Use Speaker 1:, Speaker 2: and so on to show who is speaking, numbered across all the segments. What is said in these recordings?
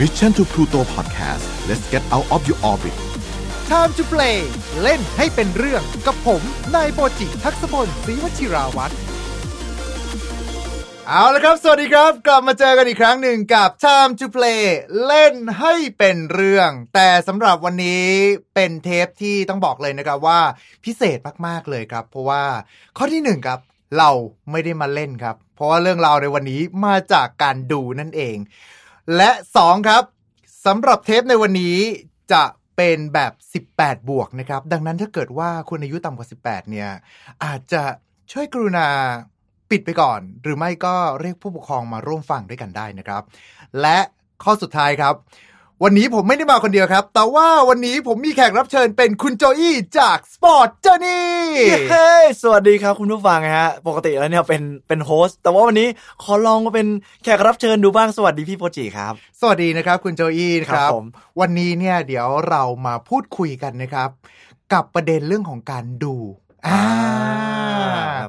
Speaker 1: Mission to Pluto Podcast let's get out of your orbit
Speaker 2: Time to play เล่นให้เป็นเรื่องกับผม นายโปจิทักษพลศรีวชิราวัตรเอาละครับ สวัสดีครับ กลับมาเจอกันอีกครั้งหนึ่งกับ Time to play เล่นให้เป็นเรื่อง แต่สำหรับวันนี้เป็นเทปที่ต้องบอกเลยนะครับว่าพิเศษมาก ๆ เลยครับ เพราะว่าข้อที่หนึ่งครับ เราไม่ได้มาเล่นครับ เพราะว่าเรื่องราวในวันนี้มาจากการดูนั่นเอง และ 2 ครับสำหรับเทปในวันนี้จะเป็นแบบ 18 บวกนะครับ ดังนั้นถ้าเกิดว่าคุณอายุต่ำกว่า 18 เนี่ย อาจจะช่วยกรุณาปิดไปก่อน หรือไม่ก็เรียกผู้ปกครองมาร่วมฟังด้วยกันได้นะครับ และข้อสุดท้ายครับ วันนี้ผมไม่ได้มาคนเดียวครับ แต่ว่าวันนี้ผมมีแขกรับเชิญเป็นคุณโจอี้จาก Sport Journey
Speaker 3: เฮ้ยสวัสดีครับคุณผู้ฟังฮะ ปกติแล้วเนี่ยเป็นเป็นโฮสต์แต่ว่าวันนี้ขอลองมาเป็นแขกรับเชิญดูบ้างสวัสดีพี่โปจิครับ
Speaker 2: สวัสดีนะครับ คุณโจอี้นะค
Speaker 3: ค
Speaker 2: รั
Speaker 3: รับ บผม
Speaker 2: วันนี้เนี่ยเดี๋ยวเรามาพูดคุยกันนะครับ กับประเด็นเรื่องของการดูอ่า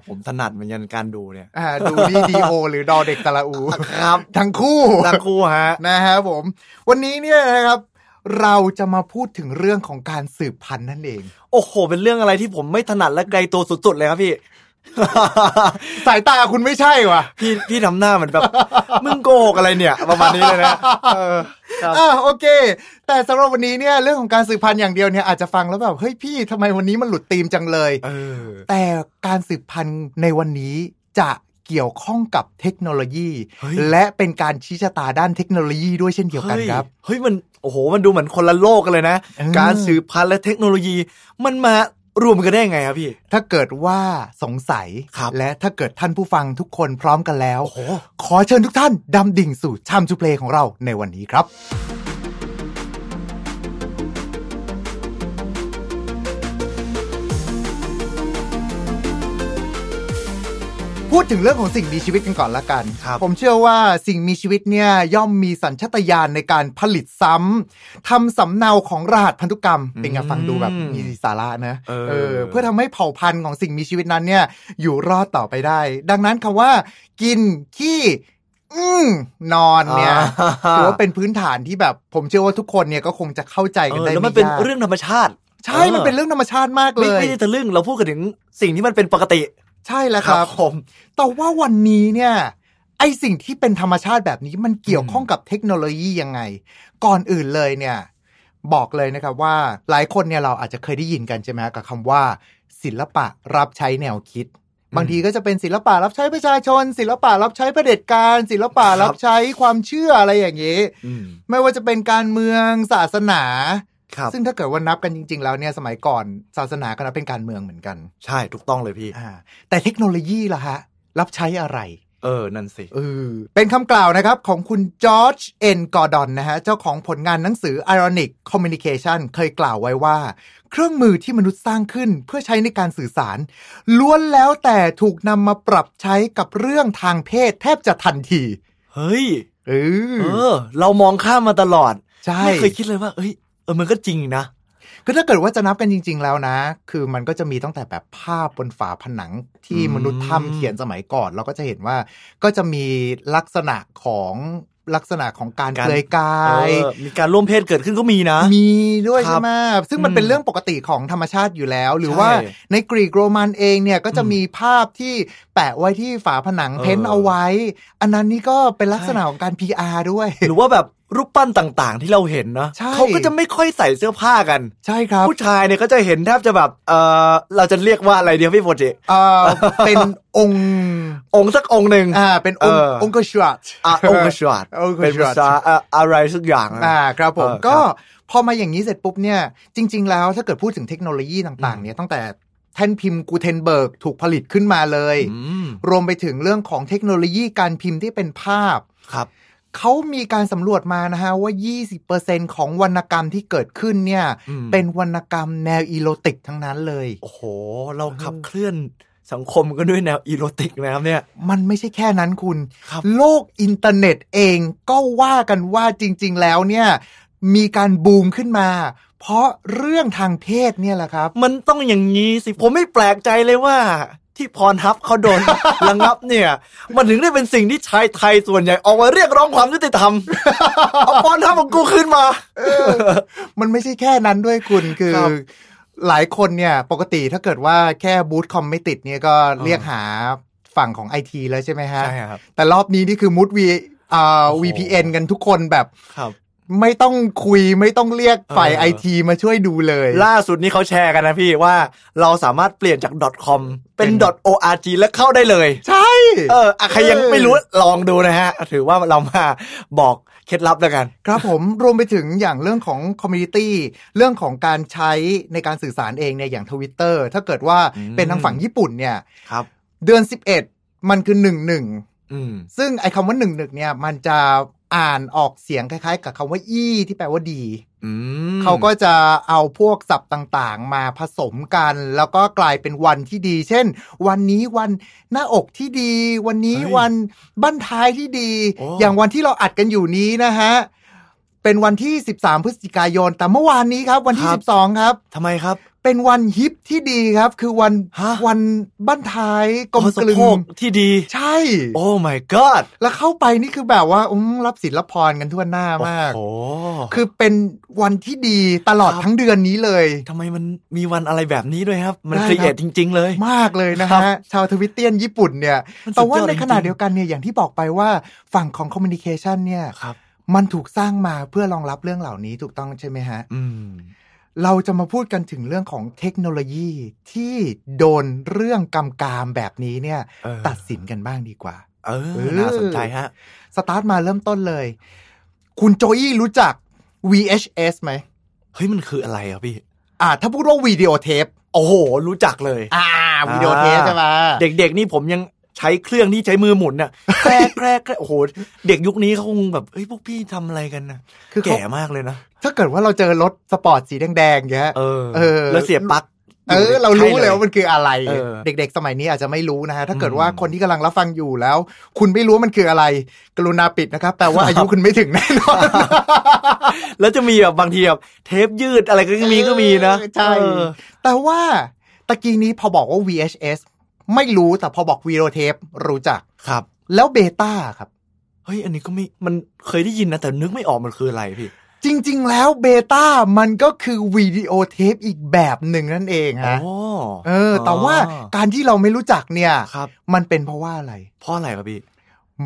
Speaker 3: ผมถนัดเหมือนกันการดูเนี่ย
Speaker 2: อ่าดูดีดีโอหรือดอเด็กตะละอู
Speaker 3: ครับ
Speaker 2: ทั้งคู่
Speaker 3: ตงคู่ฮะ
Speaker 2: นะครับผม วันนี้เนี่ยนะครับ เราจะมาพูดถึงเรื่องของการสืบพันธุ์นั่นเอง
Speaker 3: โอ้โห เป็นเรื่องอะไรที่ผมไม่ถนัดและไกลตัวสุดๆเลยครับพี่
Speaker 2: สายตาคุณไม่ใช่วะ
Speaker 3: พี่พี่ทำหน้าเหมือนแบบ มึงโกหกอะไรเนี่ย ประมาณนี้เลยนะเออครับ
Speaker 2: อ่าโอเค แต่สำหรับวันนี้เนี่ยเรื่องของการสืบพันธุ์อย่างเดียวเนี่ยอาจจะฟังแล้วแบบเฮ้ยพี่ทำไมวันนี้มันหลุดธีมจังเลย
Speaker 3: เออ
Speaker 2: แต่การสืบพันธุ์ในวันนี้จะเกี่ยวข้องกับเทคโนโลยี
Speaker 3: เฮ้ย
Speaker 2: และเป็นการชี้ชะตาด้านเทคโนโลยีด้วยเช่นเดียวกันครับ
Speaker 3: เฮ้ยเฮ้ยมันโอ้โห มันดูเหมือนคนละโลกกันเลยนะ
Speaker 2: เออ
Speaker 3: การสืบพันธุ์และเทคโนโลยี มันมารวมกันได้ยังไงครับพี่
Speaker 2: ถ้าเกิดว่าสงสัย
Speaker 3: ครับ
Speaker 2: และถ้าเกิดท่านผู้ฟังทุกคนพร้อมกันแล้ว
Speaker 3: โอ้โห
Speaker 2: ขอเชิญทุกท่านดำดิ่งสู่ชามจูเพลของเราในวันนี้ครับ พูดถึงเรื่องของสิ่งมีชีวิตกันก่อนละกัน
Speaker 3: ครับ
Speaker 2: ผมเชื่อว่าสิ่งมีชีวิตเนี่ยย่อมมีสัญชาตญาณในการผลิตซ้ำทำสำเนาของรหัสพันธุกรรม เป็นไงฟังดูแบบมีสาระนะ
Speaker 3: เออ
Speaker 2: เพื่อทำให้เผ่าพันธุ์ของสิ่งมีชีวิตนั้นเนี่ย อยู่รอดต่อไปได้ ดังนั้นคำว่า กิน ขี้ อืมนอนเนี่ยถือว่าเป็นพื้นฐานที่แบบ ผมเชื่อว่าทุกคนเนี่ยก็คงจะเข้าใจ
Speaker 3: เอ
Speaker 2: กัน
Speaker 3: อ
Speaker 2: ได้
Speaker 3: แล้วมัน
Speaker 2: ไม่
Speaker 3: เป็น
Speaker 2: ยาก
Speaker 3: เรื่องธรรมชาติ
Speaker 2: ใช่มันเป็นเรื่องธรรมชาติมากเล
Speaker 3: ไม่
Speaker 2: ย
Speaker 3: ไม่ได้ทะลึ่งเราพูดกันถึงสิ่งที่มันเป็นปกติ
Speaker 2: ใช่แล้วครับ
Speaker 3: ผม
Speaker 2: แต่ว่าวันนี้เนี่ยไอสิ่งที่เป็นธรรมชาติแบบนี้มันเกี่ยว
Speaker 3: อืม
Speaker 2: ข้องกับเทคโนโลยียังไง ก่อนอื่นเลยเนี่ย บอกเลยนะครับว่าหลายคนเนี่ยเราอาจจะเคยได้ยินกันใช่ไหมฮะกับคำว่า ศิลปะรับใช้แนวคิด บางทีก็จะเป็นศิลปะรับใช้ประชาชน ศิลปะรับใช้เผด็จการ ศิลปะรับใช้ความเชื่ออะไรอย่างนี้
Speaker 3: อืม
Speaker 2: ไม่ว่าจะเป็นการเมืองศาสนา
Speaker 3: ครับ
Speaker 2: ซึ่งถ้าเกิดว่านับกันจริง ๆ แล้วเนี่ยสมัยก่อนศาสนาก็นับเป็นการเมืองเหมือนกัน
Speaker 3: ใช่ถูกต้องเลยพี่
Speaker 2: อ่าแต่เทคโนโลยีล่ะฮะรับใช้อะไร
Speaker 3: เออ นั่นสิ
Speaker 2: เออเป็นคำกล่าวนะครับของคุณจอร์จเอ็นกอร์ดอนนะฮะ เจ้าของผลงานหนังสือ Ironic Communication เคยกล่าวไว้ว่า เครื่องมือที่มนุษย์สร้างขึ้นเพื่อใช้ในการสื่อสาร ล้วนแล้วแต่ถูกนำมาปรับใช้กับเรื่องทางเพศแทบจะทันที
Speaker 3: เฮ้ย
Speaker 2: เออ
Speaker 3: เออ เรามองข้ามมาตลอด
Speaker 2: ใช่
Speaker 3: ไม่เคยคิดเลยว่า เอ้ย เออ มันก็จริงนะ
Speaker 2: คือถ้าเกิดว่าจะนับกันจริง ๆ แล้วนะ คือมันก็จะมีตั้งแต่แบบภาพบนฝาผนังที่
Speaker 3: อืม
Speaker 2: มนุษย์ทำเขียนสมัยก่อน เราก็จะเห็นว่าก็จะมีลักษณะของลักษณะของการเปลือยกา
Speaker 3: เอย อ มีการร่วมเพศเกิดขึ้นก็มีนะ
Speaker 2: มีด้วย
Speaker 3: ครั
Speaker 2: ใช่
Speaker 3: บ
Speaker 2: ไหมซึ่งมัน
Speaker 3: อืม
Speaker 2: เป็นเรื่องปกติของธรรมชาติอยู่แล้ว หรือ
Speaker 3: ใช่
Speaker 2: ว่าในกรีกโรมันเองเนี่ยก็จะ
Speaker 3: อืม
Speaker 2: มีภาพที่แปะไว้ที่ฝาผนัง
Speaker 3: เออ
Speaker 2: เพ้นท์เอาไว้ อันนั้นนี่ก็เป็นลักษณะของการ PR ด้วย
Speaker 3: หรือว่าแบบรูปปั้นต่างๆ ที่เราเห็นนะ
Speaker 2: ใช่
Speaker 3: เขาก็จะไม่ค่อยใส่เสื้อผ้ากัน
Speaker 2: ใช่ครับ
Speaker 3: ผู้ชายเนี่ยก็จะเห็นแทบจะแบบ เออเราจะเรียกว่าอะไรเดียวพี่โปรเจ
Speaker 2: เอ่อ เป็นองค์
Speaker 3: องค์สักองค์หนึ่ง
Speaker 2: อ่าเป็นองค์
Speaker 3: เออ
Speaker 2: องค์กชวัต
Speaker 3: อ่ะองค์กชวัด
Speaker 2: องค์กชวัด
Speaker 3: เป็นภาษาอะอะไรสักอย่างนะ
Speaker 2: อ่าครับผม
Speaker 3: เออครับ
Speaker 2: ก็พอมาอย่างนี้เสร็จปุ๊บเนี่ย จริง ๆ แล้วถ้าเกิดพูดถึงเทคโนโลยีต่าง ๆ เนี่ยตั้งแต่แท่นพิมพ์กูเทนเบิร์กถูกผลิตขึ้นมาเลย
Speaker 3: อืม
Speaker 2: รวมไปถึงเรื่องของเทคโนโลยีการพิมพ์ที่เป็นภาพ
Speaker 3: ครับ
Speaker 2: เขามีการสำรวจมานะฮะ ว่า 20%ของวรรณกรรมที่เกิดขึ้นเนี่ย
Speaker 3: อืม
Speaker 2: เป็นวรรณกรรมแนวอีโรติกทั้งนั้นเลย
Speaker 3: โอ้โห เราขับเคลื่อนสังคมกันด้วยแนวอีโรติกนะครับเนี่ย
Speaker 2: มันไม่ใช่แค่นั้นคุณ
Speaker 3: ครับ
Speaker 2: โลกอินเทอร์เน็ตเองก็ว่ากันว่าจริง ๆ แล้วเนี่ย มีการบูมขึ้นมา เพราะเรื่องทางเพศเนี่ยแหละครับ
Speaker 3: มันต้องอย่างนี้สิ ผมไม่แปลกใจเลยว่า ที่พรทับเขาโดน ระงับเนี่ย มันถึงได้เป็นสิ่งที่ชายไทยส่วนใหญ่ออกมาเรียกร้องความยุติธรรม เอาพรทับของกูขึ้นมา
Speaker 2: มันไม่ใช่แค่นั้นด้วยคุณคือ
Speaker 3: ครับ
Speaker 2: หลายคนเนี่ยปกติถ้าเกิดว่าแค่บูธคอมไม่ติดเนี่ยก็เรียกหาฝั่งของไอทีแล้วใช่ไหมฮะ แต่รอบนี้นี่คือมุดวีอ่า
Speaker 3: โอ้โห
Speaker 2: VPN กันทุกคนแบบ
Speaker 3: ครับ
Speaker 2: ไม่ต้องคุยไม่ต้องเรียกฝ่าย
Speaker 3: เออ
Speaker 2: ไอทีมาช่วยดูเลย
Speaker 3: ล่าสุดนี้เขาแชร์กันนะพี่ว่าเราสามารถเปลี่ยนจาก .com เป็น .org และเข้าได้เลย
Speaker 2: ใช่
Speaker 3: เอออะใครยังไม่รู้ลองดูนะฮะ ถือว่าเรามาบอกเคล็ดลับแล้วกัน
Speaker 2: ครับผม รวมไปถึงอย่างเรื่องของคอมมูนิตี้เรื่องของการใช้ในการสื่อสารเองเนี่ยอย่างทวิตเตอร์ถ้าเกิดว่า
Speaker 3: อืม
Speaker 2: เป็นทางฝั่งญี่ปุ่นเนี่ย
Speaker 3: ครับ
Speaker 2: เดือน 11 มันคือ 1
Speaker 3: อืม
Speaker 2: 1 ซึ่งไอ้คำว่า 1 1 เนี่ย มันจะอ่านออกเสียงคล้ายๆ กับคำว่าอี้ที่แปลว่าดี
Speaker 3: อืม
Speaker 2: เขาก็จะเอาพวกศัพท์ต่างๆ มาผสมกัน แล้วก็กลายเป็นวันที่ดี เช่น วันนี้วันหน้าอกที่ดี วันนี้วันบั้นท้ายที่ดี
Speaker 3: โอ้
Speaker 2: อย่างวันที่เราอัดกันอยู่นี้นะฮะ เป็นวันที่ 13 พฤศจิกายน แต่เมื่อวานนี้ครับ วันที่
Speaker 3: ครับ
Speaker 2: 12 ครับ
Speaker 3: ทำไมครับ
Speaker 2: เป็นวันฮิปที่ดีครับ คือวัน
Speaker 3: ฮะ
Speaker 2: วันบั้นท้ายกลม
Speaker 3: โอ้สะ
Speaker 2: กลึ
Speaker 3: โพ
Speaker 2: ง
Speaker 3: ที่ดี
Speaker 2: ใช่
Speaker 3: โอ้ my god
Speaker 2: แล้วเข้าไปนี่คือแบบว่าอืมรับศิลปพรกันทั่วหน้ามาก
Speaker 3: โอ้คื
Speaker 2: คือ อเป็นวันที่ดีตลอด
Speaker 3: ครับ
Speaker 2: ทั้งเดือนนี้เลย
Speaker 3: ทำไมมันมีวันอะไรแบบนี้ด้วยครับ มัน
Speaker 2: ได้
Speaker 3: ค
Speaker 2: ครับ
Speaker 3: รีเอทจริง ๆ เลย
Speaker 2: มากเลยนะ
Speaker 3: ครั
Speaker 2: ฮะ
Speaker 3: บ
Speaker 2: ชาวทวิตเตียนญี่ปุ่นเนี่ย
Speaker 3: มันสุดยอด
Speaker 2: แต่ว่าในขณะ
Speaker 3: จริงๆ
Speaker 2: เดียวกันเนี่ย อย่างที่บอกไปว่าฝั่งของคอมมิ n นิเคชันเนี่ย
Speaker 3: ครับ
Speaker 2: มันถูกสร้างมาเพื่อรองรับเรื่องเหล่านี้ถูกต้องใช่ไหมฮะ
Speaker 3: อืม
Speaker 2: เราจะมาพูดกันถึงเรื่องของเทคโนโลยีที่โดนเรื่องกำกามแบบนี้เนี่ย
Speaker 3: เออ
Speaker 2: ตัดสินกันบ้างดีกว่า
Speaker 3: เอ
Speaker 2: เอ
Speaker 3: อ
Speaker 2: อ
Speaker 3: น่าสนใจฮะ
Speaker 2: สตาร์ทมาเริ่มต้นเลย คุณโจอี้รู้จัก VHS ไหม
Speaker 3: เฮ้ย มันคืออะไรอ่ะพี่
Speaker 2: อ่า ถ้าพูดว่าวิดีโอเทป
Speaker 3: โอ้โห รู้จักเลย
Speaker 2: อ่า วิดีโอเทปใช่ปะ
Speaker 3: เด็กๆ นี่ผมยังใช้เครื่องที่ใช้มือหมุนน่ะแครกแครกแครกโอ้โห เด็กยุคนี้เขาคงแบบเอ้ย พวกพี่ทำอะไรกันนะ
Speaker 2: คือเขา
Speaker 3: แก่มากเลยนะ
Speaker 2: ถ้าเกิดว่าเราเจอรถสปอร์ตสีแดงๆอย่างเงี้ย
Speaker 3: เออ
Speaker 2: เออ
Speaker 3: แล้วเสียบปลั๊ก
Speaker 2: เออ เรารู้
Speaker 3: ใช่
Speaker 2: เลยว่ามันคืออะไร
Speaker 3: เออ
Speaker 2: เด็กๆ สมัยนี้อาจจะไม่รู้นะฮะ ถ้าเกิด
Speaker 3: อืม
Speaker 2: ว่าคนที่กำลังรับฟังอยู่แล้ว คุณไม่รู้ว่ามันคืออะไร กรุณาปิดนะครับ แปลว่า
Speaker 3: ครับ
Speaker 2: อายุคุณไม่ถึงแน่นอน
Speaker 3: แล้วจะมีแบบบางทีแบบเทปยืดอะไรก็มีก็มีนะ
Speaker 2: เออใช่
Speaker 3: เออ
Speaker 2: แต่ว่าตะกี้นี้พอบอกว่า VHS ไม่รู้แต่พอบอกวิดีโอเทปรู้จัก
Speaker 3: ครับ
Speaker 2: แล้วเบต้าครับ
Speaker 3: เฮ้ย อันนี้ก็ไม่ มันเคยได้ยินนะ แต่นึกไม่ออกมันคืออะไรพี่
Speaker 2: จริง ๆ แล้วเบต้ามันก็คือวิดีโอเทปอีกแบบหนึ่งนั่นเองฮะ
Speaker 3: อ๋อ
Speaker 2: เออ แต่ว่าการที่เราไม่รู้จักเนี่ย
Speaker 3: ครับ
Speaker 2: มันเป็นเพราะว่าอะไร
Speaker 3: เพราะอะไรครับพี่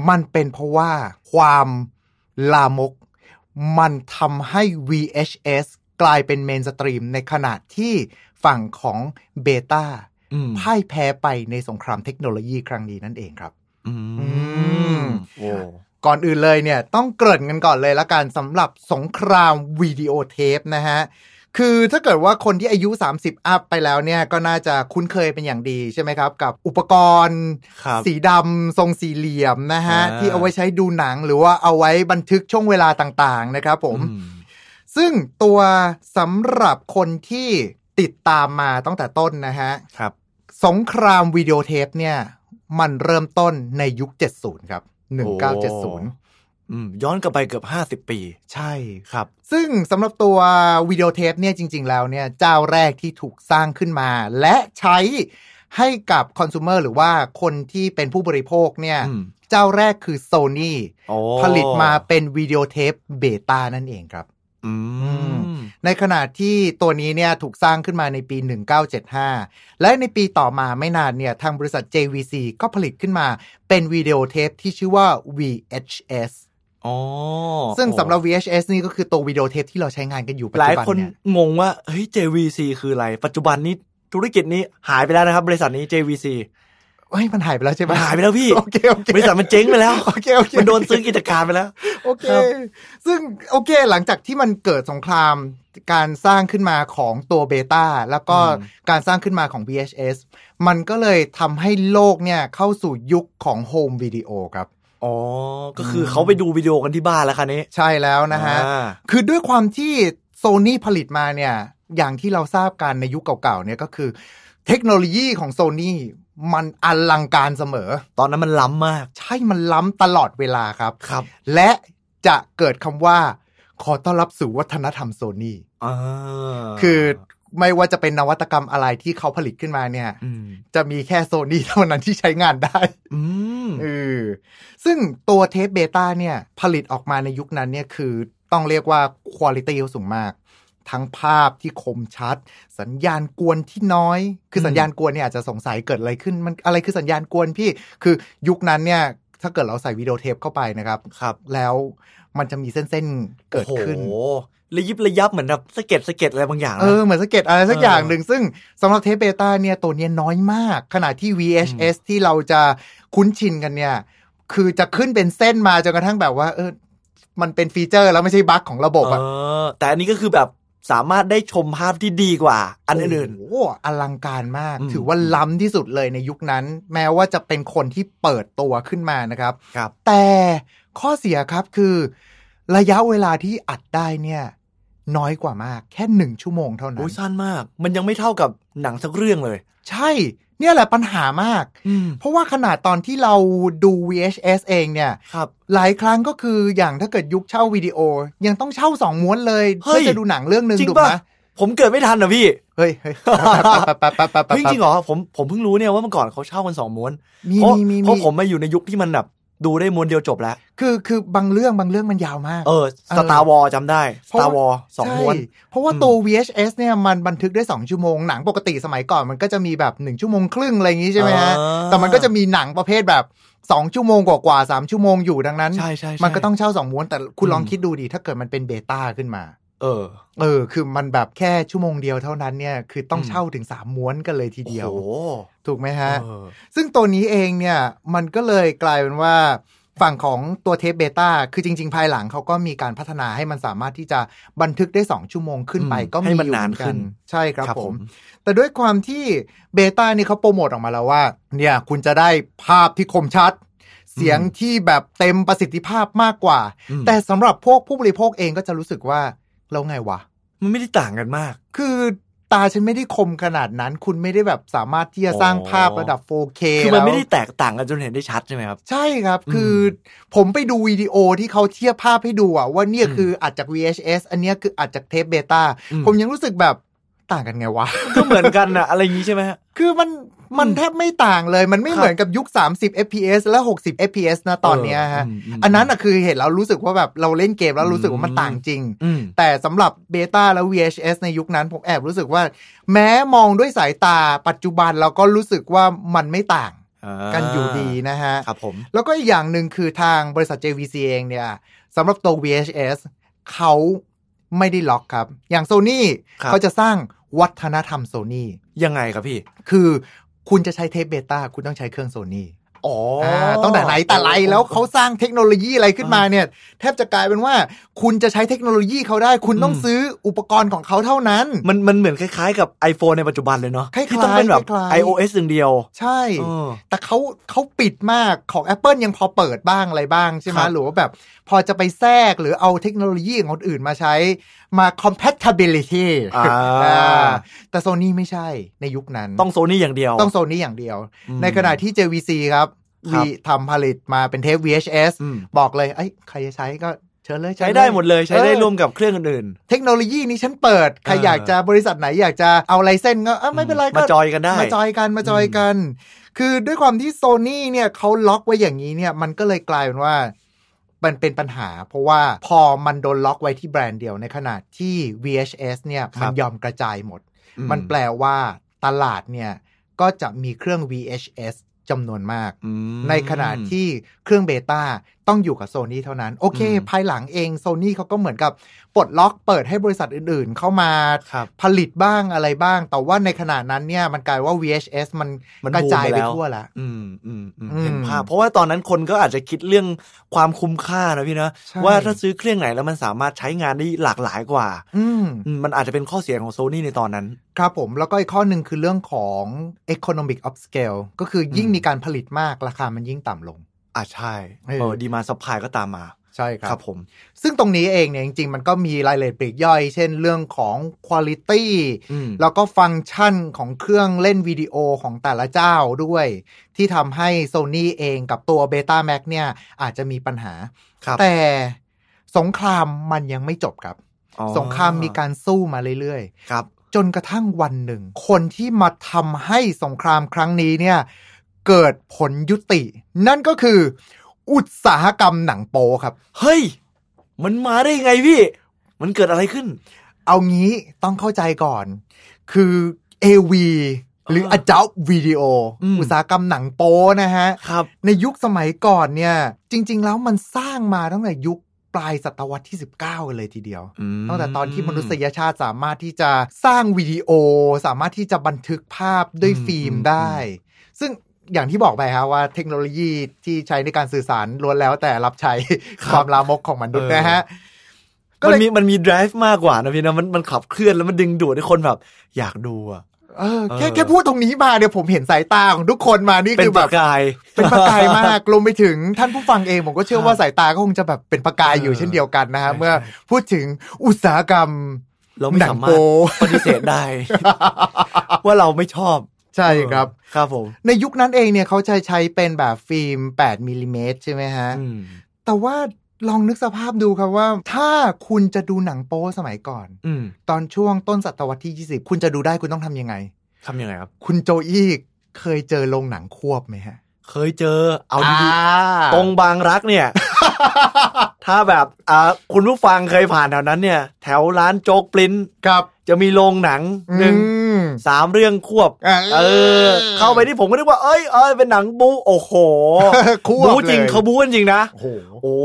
Speaker 2: มันเป็นเพราะว่าความลามก มันทำให้ VHS กลายเป็นเมนสตรีมในขณะที่ฝั่งของเบต้า
Speaker 3: อืม
Speaker 2: พ่ายแพ้ไปในสงครามเทคโนโลยีครั้งนี้นั่นเองครับ
Speaker 3: อืมโอ้
Speaker 2: ก่อนอื่นเลยเนี่ยต้องเกริ่นกันก่อนเลยละกันสำหรับสงครามวิดีโอเทปนะฮะ คือถ้าเกิดว่าคนที่อายุ 30 อัพไปแล้วเนี่ย ก็น่าจะคุ้นเคยเป็นอย่างดีใช่ไหมครับ กับอุปกรณ์
Speaker 3: ครับ
Speaker 2: สีดำทรงสี่เหลี่ยมนะฮะ
Speaker 3: อ่า
Speaker 2: ที่เอาไว้ใช้ดูหนังหรือว่าเอาไว้บันทึกช่วงเวลาต่างๆนะครับผม
Speaker 3: อื
Speaker 2: ซึ่งตัวสำหรับคนที่ติดตามมาตั้งแต่ต้นนะฮะ
Speaker 3: ครับ
Speaker 2: สงครามวิดีโอเทปเนี่ย มันเริ่มต้นในยุค 70 ครับ 1970
Speaker 3: อืมย้อนกลับไปเกือบห้าสิบ50 ปี
Speaker 2: ใช่
Speaker 3: ครับ
Speaker 2: ซึ่งสำหรับตัววิดีโอเทปเนี่ยจริง ๆ แล้วเนี่ย เจ้าแรกที่ถูกสร้างขึ้นมา และใช้ให้กับคอน sumer หรือว่าคนที่เป็นผู้บริโภคเนี่ย
Speaker 3: อืม
Speaker 2: เจ้าแรกคือ Sony
Speaker 3: โอ้
Speaker 2: ผลิตมาเป็นวิดีโอเทปเบต้านั่นเองครับ
Speaker 3: อืม
Speaker 2: ในขณะที่ตัวนี้เนี่ยถูกสร้างขึ้นมาในปี 1975 และในปีต่อมาไม่นานเนี่ย ทางบริษัท JVC ก็ผลิตขึ้นมาเป็นวิดีโอเทปที่ชื่อว่า VHS
Speaker 3: อ๋อ
Speaker 2: ซึ่งสำหรับ VHS นี่ก็คือตัววิดีโอเทปที่เราใช้งานกันอยู่ปัจ
Speaker 3: หลาย
Speaker 2: จุบัน
Speaker 3: คน
Speaker 2: เนี่ย
Speaker 3: งงว่า เฮ้ย JVC คืออะไร ปัจจุบันนี้ธุรกิจนี้หายไปแล้วนะครับ บริษัทนี้ JVC
Speaker 2: เฮ้ยมันหายไปแล้วใช่ไหม
Speaker 3: มันหายไปแล้วพี่
Speaker 2: โอเคโอเค
Speaker 3: บริษัทมันเจ๊งไปแล้ว
Speaker 2: โอเคโอเค
Speaker 3: มันโดนซื้อกิจการไปแล้ว
Speaker 2: โอเค
Speaker 3: ครับ
Speaker 2: ซึ่งโอเค หลังจากที่มันเกิดสงครามการสร้างขึ้นมาของตัวเบต้าแล้วก็
Speaker 3: อืม
Speaker 2: การสร้างขึ้นมาของ VHS มันก็เลยทำให้โลกเนี่ยเข้าสู่ยุคของโฮมวิดีโอครับ
Speaker 3: อ๋อ ก็คือเขาไปดูวิดีโอกันที่บ้านแล้วคันนี้
Speaker 2: ใช่แล้วนะฮะ
Speaker 3: อ่า
Speaker 2: คือด้วยความที่โซนี่ผลิตมาเนี่ย อย่างที่เราทราบกันในยุคเก่าๆเนี่ยก็คือ เทคโนโลยีของโซนี่มันอลังการเสมอ
Speaker 3: ตอนนั้นมันล้ำมาก
Speaker 2: ใช่มันล้ำตลอดเวลาครับ
Speaker 3: ครับ
Speaker 2: และจะเกิดคำว่าขอต้อนรับสู่วัฒนธรรมโซนี่
Speaker 3: อ่า
Speaker 2: คือ ไม่ว่าจะเป็นนวัตกรรมอะไรที่เขาผลิตขึ้นมาเนี่ย
Speaker 3: อืม
Speaker 2: จะมีแค่โซนี่เท่านั้นที่ใช้งานได้
Speaker 3: อืม
Speaker 2: เออซึ่งตัวเทปเบต้าเนี่ย ผลิตออกมาในยุคนั้นเนี่ยคือต้องเรียกว่าคุณภาพสูงมาก ทั้งภาพที่คมชัด สัญญาณกวนที่น้อย คือสัญญาณกวนเนี่ยอาจจะสงสัยเกิดอะไรขึ้นมันอะไรคือสัญญาณกวนพี่คือยุคนั้นเนี่ย ถ้าเกิดเราใส่วิดีโอเทปเข้าไปนะครับ
Speaker 3: ครับ
Speaker 2: แล้วมันจะมีเส้นๆเกิดขึ้น
Speaker 3: โอ้โหระยิบระยับเหมือนแบบสะเก็ดสะเก็ดอะไรบางอย่างนะ
Speaker 2: เออ เหมือนสะเก็ตอะไรสัก
Speaker 3: เออ
Speaker 2: อ
Speaker 3: อ
Speaker 2: ย่างหนึ่ง ซึ่งสำหรับเทปเบต้าเนี่ยตัวเนี้ยน้อยมาก ขณะที่ VHS ที่เราจะคุ้นชินกันเนี่ย คือจะขึ้นเป็นเส้นมาจนกระทั่งแบบว่า เออ มันเป็นฟีเจอร์แล้วไม่ใช่บั๊กของระบบอะ
Speaker 3: เออ แต่อันนี้ก็คือแบบสามารถได้ชมภาพที่ดีกว่า อันอื่น
Speaker 2: โอ้โหอลังการมาก
Speaker 3: อืม
Speaker 2: ถือว่าล้ำที่สุดเลยในยุคนั้น แม้ว่าจะเป็นคนที่เปิดตัวขึ้นมานะครับ
Speaker 3: ๆครับ
Speaker 2: แต่ข้อเสียครับคือ ระยะเวลาที่อัดได้เนี่ย น้อยกว่ามาก แค่หนึ่งชั่วโมงเท่านั้
Speaker 3: โอ้
Speaker 2: น
Speaker 3: ยสั้นมาก มันยังไม่เท่ากับหนังสักเรื่องเลย
Speaker 2: ใช่ เนี่ยแหละปัญหามาก
Speaker 3: อืม
Speaker 2: เพราะว่าขนาดตอนที่เราดู VHS เองเนี่ย
Speaker 3: ครับ
Speaker 2: หลายครั้งก็คืออย่างถ้าเกิดยุคเช่าวิดีโอ ยังต้องเช่าสองม้วนเลย
Speaker 3: เฮ้
Speaker 2: เพื่อย จะดูหนังเรื่องหนึ่ง
Speaker 3: จริง
Speaker 2: ถูก
Speaker 3: ป่ะ
Speaker 2: ไหม
Speaker 3: ผมเกิดไม่ทันนะพี่
Speaker 2: เฮ้ยเฮ้ย แป๊บแป๊บแป๊บแป๊บแป๊บ
Speaker 3: เฮ้ยจริงเหรอ ผมผมเพิ่งรู้เนี่ยว่าเมื่อก่อนเขาเช่ากันสองม้วน
Speaker 2: มี
Speaker 3: เพราะ
Speaker 2: มีมี
Speaker 3: เพราะผมมาอยู่ในยุคที่มันแบบดูได้ม้วนเดียวจบแล้ว
Speaker 2: คือคือบางเรื่องบางเรื่องมันยาวมาก
Speaker 3: เออ
Speaker 2: เออ
Speaker 3: สตาร์วอลจำได้ส
Speaker 2: เพราะ
Speaker 3: ตาร์วอลสอง
Speaker 2: ใช่
Speaker 3: ม้วน
Speaker 2: เพราะว่าตัว VHS เนี่ยมันบันทึกได้ 2 ชั่วโมง หนังปกติสมัยก่อนมันก็จะมีแบบ 1 ชั่วโมงครึ่งอะไรอย่างงี้ใช่ไหมฮะ
Speaker 3: อ่า
Speaker 2: แต่มันก็จะมีหนังประเภทแบบ 2 ชั่วโมงกว่าๆสามชั่วโมงอยู่ดังนั้น
Speaker 3: ใช่ใช่ใช่
Speaker 2: มันก็ต้องเช่าสองม้วนแต่คุณ
Speaker 3: อืม
Speaker 2: ลองคิดดูดิถ้าเกิดมันเป็นเบต้าขึ้นมา
Speaker 3: เออ
Speaker 2: เออ คือมันแบบแค่ชั่วโมงเดียวเท่านั้นเนี่ย คือต้องเช่าถึง 3 ม้วนกันเลยทีเดียว
Speaker 3: โอ้โห
Speaker 2: ถูกไหมฮะ
Speaker 3: เออ
Speaker 2: ซึ่งตัวนี้เองเนี่ย มันก็เลยกลายเป็นว่า ฝั่งของตัวเทปเบต้าคือจริง ๆ ภายหลังเขาก็มีการพัฒนาให้มันสามารถที่จะบันทึกได้ 2 ชั่วโมงขึ้นไป
Speaker 3: อืม
Speaker 2: ก็มี
Speaker 3: ให้มัน
Speaker 2: อยู่
Speaker 3: นาน
Speaker 2: เหอ
Speaker 3: ขึ้น
Speaker 2: ใช่ครับผม แต่ด้วยความที่เบต้านี่เขาโปรโมทออกมาแล้วว่า เนี่ยคุณจะได้ภาพที่คมชัด เสียงที่แบบเต็มประสิทธิภาพมากกว่า
Speaker 3: อืม
Speaker 2: แต่สำหรับพวกผู้บริโภคเองก็จะรู้สึกว่าแล้วไงวะ
Speaker 3: มันไม่ได้ต่างกันมาก
Speaker 2: คือตาฉันไม่ได้คมขนาดนั้น คุณไม่ได้แบบสามารถที่จะสร้างภาพระดับ 4K
Speaker 3: คือมัน
Speaker 2: แล้ว
Speaker 3: ไม่ได้แตกต่างกันจนเห็นได้ชัดใช่ไหมครับ
Speaker 2: ใช่ครับ
Speaker 3: อืม
Speaker 2: คือผมไปดูวิดีโอที่เขาเทียบภาพให้ดูอะว่าเนี่ย
Speaker 3: อืม
Speaker 2: คืออัดจาก VHS อันเนี้ยคืออัดจากเทปเบต้า
Speaker 3: อืม
Speaker 2: ผมยังรู้สึกแบบต่างกันไงวะ
Speaker 3: ก็เหมือนกันนะอะไรอย่างนี้ใช่ไหมฮะ
Speaker 2: คือมันมัน
Speaker 3: อืม
Speaker 2: แทบไม่ต่างเลย มันไม่
Speaker 3: ครับ
Speaker 2: เหมือนกับยุค 30 fps และ 60 fps นะตอนเนี้ยฮะ
Speaker 3: เอออืมอืม
Speaker 2: อันนั้นอะคือเห็นแล้วรู้สึกว่าแบบเราเล่นเกมแล้วรู้สึกว่ามัน
Speaker 3: อืม
Speaker 2: ต่างจริง
Speaker 3: อืม
Speaker 2: แต่สำหรับเบต้าและ VHS ในยุคนั้นผมแอบรู้สึกว่า แม้มองด้วยสายตาปัจจุบันเราก็รู้สึกว่ามันไม่ต่างกันอยู่ดีนะฮะ
Speaker 3: ครับผม
Speaker 2: แล้วก็อีกอย่างหนึ่งคือทางบริษัท JVC เองเนี่ยสำหรับตัว VHS เขาไม่ได้ล็อกครับ อย่างโซนี่
Speaker 3: ครับ
Speaker 2: เขาจะสร้างวัฒนธรรมโซนี่
Speaker 3: ยังไงครับพี่
Speaker 2: คือคุณจะใช้เทปเบต้าคุณต้องใช้เครื่องโซนี่
Speaker 3: อ๋ออ
Speaker 2: าตั้งแต่ไหนแต่ไรแล้วเขาสร้างเทคโนโลยีอะไรขึ้นมาเนี่ย แทบจะกลายเป็นว่า คุณจะใช้เทคโนโลยีเขาได้ คุณต้อง
Speaker 3: อืม
Speaker 2: ซื้ออุปกรณ์ของเขาเท่านั้น
Speaker 3: มันมันเหมือนคล้ายๆ กับ iPhone ในปัจจุบันเลยเนาะ
Speaker 2: คล้ายๆ
Speaker 3: ที่ต้องเป็นแบบ
Speaker 2: คล้ายๆ
Speaker 3: iOS อย่างเดียว
Speaker 2: ใช่
Speaker 3: เออ
Speaker 2: แต่เขาเขาปิดมากของ Apple ยังพอเปิดบ้างอะไรบ้างใช่ไหม
Speaker 3: ครับ
Speaker 2: หรือว่าแบบ พอจะไปแทรกหรือเอาเทคโนโลยีของคนอื่นมาใช้มา compatibility
Speaker 3: อ่า
Speaker 2: อ่าแต่โซนี่ไม่ใช่ในยุคนั้น
Speaker 3: ต้องโซนี่อย่างเดียว
Speaker 2: ต้องโซนี่อย่างเดียว
Speaker 3: อืม
Speaker 2: ในขณะที่ JVC ครับ
Speaker 3: ครับ
Speaker 2: วีทำผลิตมาเป็นเทป VHS
Speaker 3: อืม
Speaker 2: บอกเลยไอ้ยใครจะใช้ก็เชิญเลย
Speaker 3: ใช้
Speaker 2: เญเลย
Speaker 3: ได้หมดเลยใช้ได้
Speaker 2: ออ
Speaker 3: ร่วมกับเครื่องอื่น
Speaker 2: เทคโนโลยีนี้ฉันเปิด ใคร
Speaker 3: เออ
Speaker 2: อ
Speaker 3: อ
Speaker 2: ยากจะบริษัทไหนอยากจะเอาไลเส้นก็เอ้ย
Speaker 3: ๆ
Speaker 2: ไม่เป็นไรก็
Speaker 3: มาจอยกันได้
Speaker 2: มาจอยกันมาจอยกัน คือด้วยความที่โซนี่เนี่ยเขาล็อกไว้อย่างนี้เนี่ยมันก็เลยกลายเป็นว่า มันเป็นปัญหา เพราะว่าพอมันโดนล็อกไว้ที่แบรนด์เดียวในขณะที่ VHS เนี่ย
Speaker 3: ครับ
Speaker 2: มันยอมกระจายหมด
Speaker 3: อื
Speaker 2: มันแปลว่าตลาดเนี่ยก็จะมีเครื่อง VHS จำนวนมาก
Speaker 3: อืม
Speaker 1: Mm.
Speaker 2: ในขณะที่เครื่องเบต้าต้องอยู่กับโซนี่เท่านั้น โอเค
Speaker 3: อืม
Speaker 2: ภายหลังเองโซนี่เขาก็เหมือนกับปลดล็อกเปิดให้บริษัทอื่นๆ เข้ามา
Speaker 3: ครับ
Speaker 2: ผลิตบ้างอะไรบ้าง แต่ว่าในขณะนั้นเนี่ยมันกลายว่า VHS มัน
Speaker 3: มัน
Speaker 2: กระจายไป
Speaker 3: บูมไปแล้ว
Speaker 2: ทั่วแล้ว
Speaker 3: อืมอืมอืม
Speaker 2: อืม
Speaker 3: เห็นภาพ เพราะว่าตอนนั้นคนก็อาจจะคิดเรื่องความคุ้มค่านะพี่นะ
Speaker 2: ใช่
Speaker 3: ว่าถ้าซื้อเครื่องไหนแล้วมันสามารถใช้งานได้หลากหลายกว่า
Speaker 2: อืม
Speaker 3: อืมมันอาจจะเป็นข้อเสียของโซนี่ในตอนนั้น
Speaker 2: ครับผม แล้วก็อีกข้อหนึ่งคือเรื่องของ economic upscale ก็คือยิ่ง
Speaker 3: อืม
Speaker 2: มีการผลิตมากราคามันยิ่งต่ำลง
Speaker 3: อ่ะใช่
Speaker 2: เออ
Speaker 3: เออดีมาซัพพลายก็ตามมา
Speaker 2: ใช่ค
Speaker 3: ค
Speaker 2: รั
Speaker 3: รับ บผม
Speaker 2: ซึ่งตรงนี้เองเนี่ยจริงๆ มันก็มีรายละเอียดปลีกย่อย เช่นเรื่องของ Quality
Speaker 3: อืม
Speaker 2: แล้วก็ฟังก์ชันของเครื่องเล่นวิดีโอของแต่ละเจ้าด้วย ที่ทำให้ Sony เองกับตัว Beta Max เนี่ยอาจจะมีปัญหา
Speaker 3: ครับ
Speaker 2: แต่สงครามมันยังไม่จบครับ
Speaker 3: อ๋อ
Speaker 2: สงครามมีการสู้มาเรื่อย
Speaker 3: ครับ
Speaker 2: ๆ จ จนกระทั่งวันหนึ่ง คนที่มาทำให้สงครามครั้งนี้เนี่ย เกิดผลยุติ นั่นก็คือ อุตสาหกรรมหนังโปครับ
Speaker 3: เฮ้ย มันมาได้ยังไงพี่ มันเกิดอะไรขึ้น
Speaker 2: เอางี้ต้องเข้าใจก่อน คือ AV หรือ
Speaker 3: อ่า
Speaker 2: Adult Video
Speaker 3: อืม
Speaker 2: อุตสาหกรรมหนังโปนะฮะ
Speaker 3: ครับ
Speaker 2: ในยุคสมัยก่อนเนี่ย จริง ๆ แล้วมันสร้างมาตั้งแต่ยุคปลายศตวรรษที่ 19กันเลยทีเดียว ตั้งแต่ตอนที่มนุษยชาติสามารถที่จะสร้างวิดีโอ สามารถที่จะบันทึกภาพด้วย
Speaker 3: อืม
Speaker 2: ฟิล์ม
Speaker 3: อืม
Speaker 2: ได้ ซึ่งอย่างที่บอกไปฮะว่าเทคโนโลยีที่ใช้ในการสื่อสารล้วนแล้วแต่รับใช้
Speaker 3: ครับ
Speaker 2: ความลามกของมนุษย์
Speaker 3: เออ
Speaker 2: นะฮะ ก็
Speaker 3: มัน
Speaker 2: เลย
Speaker 3: มีมันมี drive มากกว่านะพี่นะมันมันขับเคลื่อนแล้วมันดึงดูดให้คนแบบ อยากดูอะ
Speaker 2: เออแค่
Speaker 3: เออ
Speaker 2: แค่พูดตรงนี้มาเนี่ยผมเห็นสายตาของทุกคนมานี่
Speaker 3: เป็
Speaker 2: คื
Speaker 3: น
Speaker 2: อ
Speaker 3: ป
Speaker 2: แบ
Speaker 3: ระ
Speaker 2: บ
Speaker 3: กาย
Speaker 2: เป็นประกาย มาก รวมไปถึงท่านผู้ฟังเอง ผมก็เชื่อว่า
Speaker 3: ครับ
Speaker 2: สายตาก็คงจะแบบเป็นประกายอยู่
Speaker 3: เออ
Speaker 2: เช่นเดียวกันนะฮะ
Speaker 3: ใช่
Speaker 2: เมื่อพูดถึงอุตสาหกรรม
Speaker 3: เราไม่สามา
Speaker 2: หนัง
Speaker 3: รถ
Speaker 2: โป๊
Speaker 3: ปฏิเสธได้ ว่าเราไม่ชอบ
Speaker 2: ใช่ครับ
Speaker 3: ครับผม
Speaker 2: ในยุคนั้นเองเนี่ยเขาใช้ใช้เป็นแบบฟิล์ม 8มิลลิเมตรใช่ไหมฮะ
Speaker 3: อืม
Speaker 2: แต่ว่าลองนึกสภาพดูครับว่า ถ้าคุณจะดูหนังโป๊สมัยก่อน
Speaker 3: อืม
Speaker 2: ตอนช่วงต้นศตวรรษที่ 20 คุณจะดูได้คุณต้องทำยังไง
Speaker 3: ทำยังไงครับ
Speaker 2: คุณโจอี้เคยเจอโรงหนังควบไหมฮะ
Speaker 3: เคยเจอเอาดี
Speaker 2: อ่า
Speaker 3: ๆตรงบางรัก เนี่ย ถ้าแบบอ่าคุณผู้ฟังเคยผ่านแถวนั้นเนี่ย แถวร้านโจ๊กปริ้น
Speaker 2: ครับ
Speaker 3: จะมีโรงหนังหนึ่ง
Speaker 2: อืม
Speaker 3: สามเรื่องควบ
Speaker 2: อ่า
Speaker 3: เออ เข้าไปที่ผมก็นึกว่า เอ้ยเอ้ยเป็นหนังบูโอ้โห
Speaker 2: ควบ
Speaker 3: บูจริง
Speaker 2: ลย
Speaker 3: เขาบูกันจริงนะ
Speaker 2: โอ้โห
Speaker 3: โอ้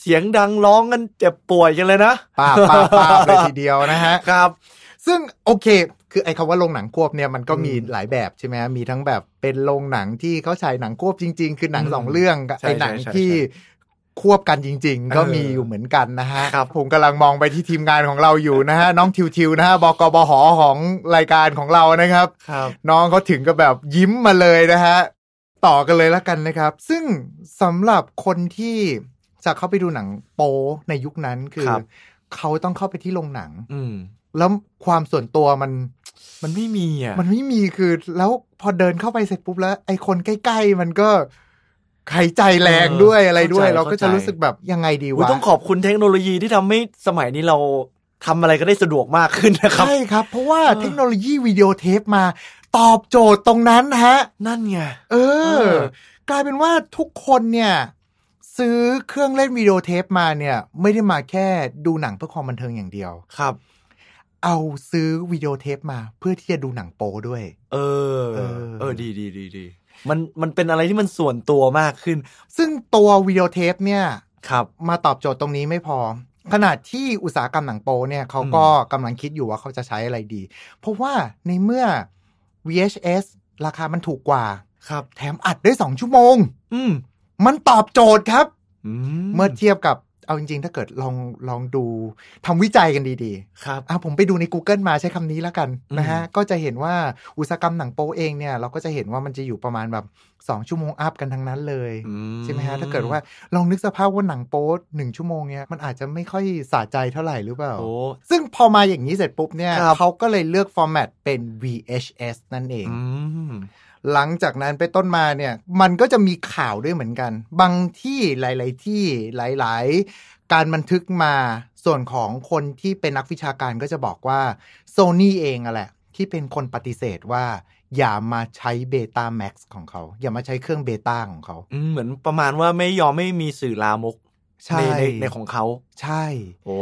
Speaker 3: เสียงดังร้องกันเจ็บป่วยกันเลยนะ
Speaker 2: ป้าบป้าบป้าบเลยทีเดียวนะฮะ
Speaker 3: ครับ
Speaker 2: ซึ่งโอเค คือไอ้คำว่าโรงหนังควบเนี่ยมันก็
Speaker 3: อืม
Speaker 2: มีหลายแบบใช่ไหมฮะมีทั้งแบบเป็นโรงหนังที่เขาฉายหนังควบจริง ๆ คือหนัง
Speaker 3: อืม
Speaker 2: สองเรื่องกับ
Speaker 3: ใช่
Speaker 2: ไอ้หนัง
Speaker 3: ใช่ใช่
Speaker 2: ที่
Speaker 3: ใช่
Speaker 2: ควบกันจริง ๆ ก็
Speaker 3: เออ
Speaker 2: มีอยู่เหมือนกันนะฮะ
Speaker 3: ครับ
Speaker 2: ผมกำลังมองไปที่ทีมงานของเราอยู่นะฮะ น้องทิวทิวนะฮะบกบหอของรายการของเรานะครับ
Speaker 3: ครับ
Speaker 2: น้องเขาถึงก็แบบยิ้มมาเลยนะฮะ ต่อกันเลยละกันนะครับ ซึ่งสำหรับคนที่จะเข้าไปดูหนังโป๊ในยุคนั้นคือ
Speaker 3: ครับ
Speaker 2: เขาต้องเข้าไปที่โรงหนัง
Speaker 3: อืม
Speaker 2: แล้วความส่วนตัวมัน
Speaker 3: มันไม่มีอ่ะ
Speaker 2: มันไม่มีคือ แล้วพอเดินเข้าไปเสร็จปุ๊บแล้ว ไอ้คนใกล้ ๆ มันก็หายใจแรงด้วยอะไรด้วย เราก็จะรู้สึกแบบยังไงดี
Speaker 3: อุ๊ยว
Speaker 2: ะ
Speaker 3: ต้องขอบคุณเทคโนโลยีที่ทำให้สมัยนี้เราทำอะไรก็ได้สะดวกมากขึ้นนะครับ
Speaker 2: ใช่ครับ เพราะว่า
Speaker 3: เออ
Speaker 2: เทคโนโลยีวิดีโอเทปมา ตอบโจทย์ตรงนั้นนะฮะ
Speaker 3: นั่นไง
Speaker 2: เออ
Speaker 3: เออ
Speaker 2: กลายเป็นว่าทุกคนเนี่ย ซื้อเครื่องเล่นวิดีโอเทปมาเนี่ย ไม่ได้มาแค่ดูหนังเพื่อความบันเทิงอย่างเดียว
Speaker 3: ครับ
Speaker 2: เอาซื้อวิดีโอเทปมาเพื่อที่จะดูหนังโป๊ด้วย
Speaker 3: เออ
Speaker 2: เออ
Speaker 3: เออ ดีดีดีดีมันมันเป็นอะไรที่มันส่วนตัวมากขึ้น
Speaker 2: ซึ่งตัววิดีโอเทปเนี่ย
Speaker 3: ครับ
Speaker 2: มาตอบโจทย์ตรงนี้ไม่พอ ขนาดที่อุตสาหกรรมหนังโปเนี่ยเขาก็กำลังคิดอยู่ว่าเขาจะใช้อะไรดี เพราะว่าในเมื่อ VHS ราคามันถูกกว่า
Speaker 3: ครับ
Speaker 2: แถมอัดได้ 2 ชั่วโมง
Speaker 3: อืม
Speaker 2: มันตอบโจทย์ครับ
Speaker 3: อื
Speaker 2: เมื่อเทียบกับเอาจริงๆ ถ้าเกิดลองลองดูทำวิจัยกันดี
Speaker 3: ครับ
Speaker 2: ๆอ่ะผมไปดูใน Google มาใช้คำนี้แล้วกัน
Speaker 3: อืม
Speaker 2: นะฮะ ก็จะเห็นว่าอุตสาหกรรมหนังโปเองเนี่ย เราก็จะเห็นว่ามันจะอยู่ประมาณแบบ 2 ชั่วโมงอัพกันทั้งนั้นเลย
Speaker 3: อื
Speaker 2: ใช่ไหมฮะ ถ้าเกิดว่าลองนึกสภาพว่าหนังโป๊หนึ่งชั่วโมงเนี้ยมันอาจจะไม่ค่อยสะใจเท่าไหร่หรือเปล่า
Speaker 3: โอ้
Speaker 2: ซึ่งพอมาอย่างนี้เสร็จปุ๊บเนี่ย
Speaker 3: ครับ
Speaker 2: เขาก็เลยเลือกฟอร์แมตเป็น VHS นั่นเอง
Speaker 3: อืม
Speaker 2: หลังจากนั้นไปนต้นมาเนี่ย มันก็จะมีข่าวด้วยเหมือนกัน บางที่หลาย ๆ ที่หลาย ๆ การบันทึกมาส่วนของคนที่เป็นนักวิชาการก็จะบอกว่าโซนี่เองอะแหละ ที่เป็นคนปฏิเสธว่า อย่ามาใช้เบต้าแม็กซ์ของเขา อย่ามาใช้เครื่องเบต้าของเขา
Speaker 3: อืมเหมือนประมาณว่าไม่ยอมไม่มีสื่อลามก
Speaker 2: ใช่
Speaker 3: ในในของเขา
Speaker 2: ใช่
Speaker 3: โอ้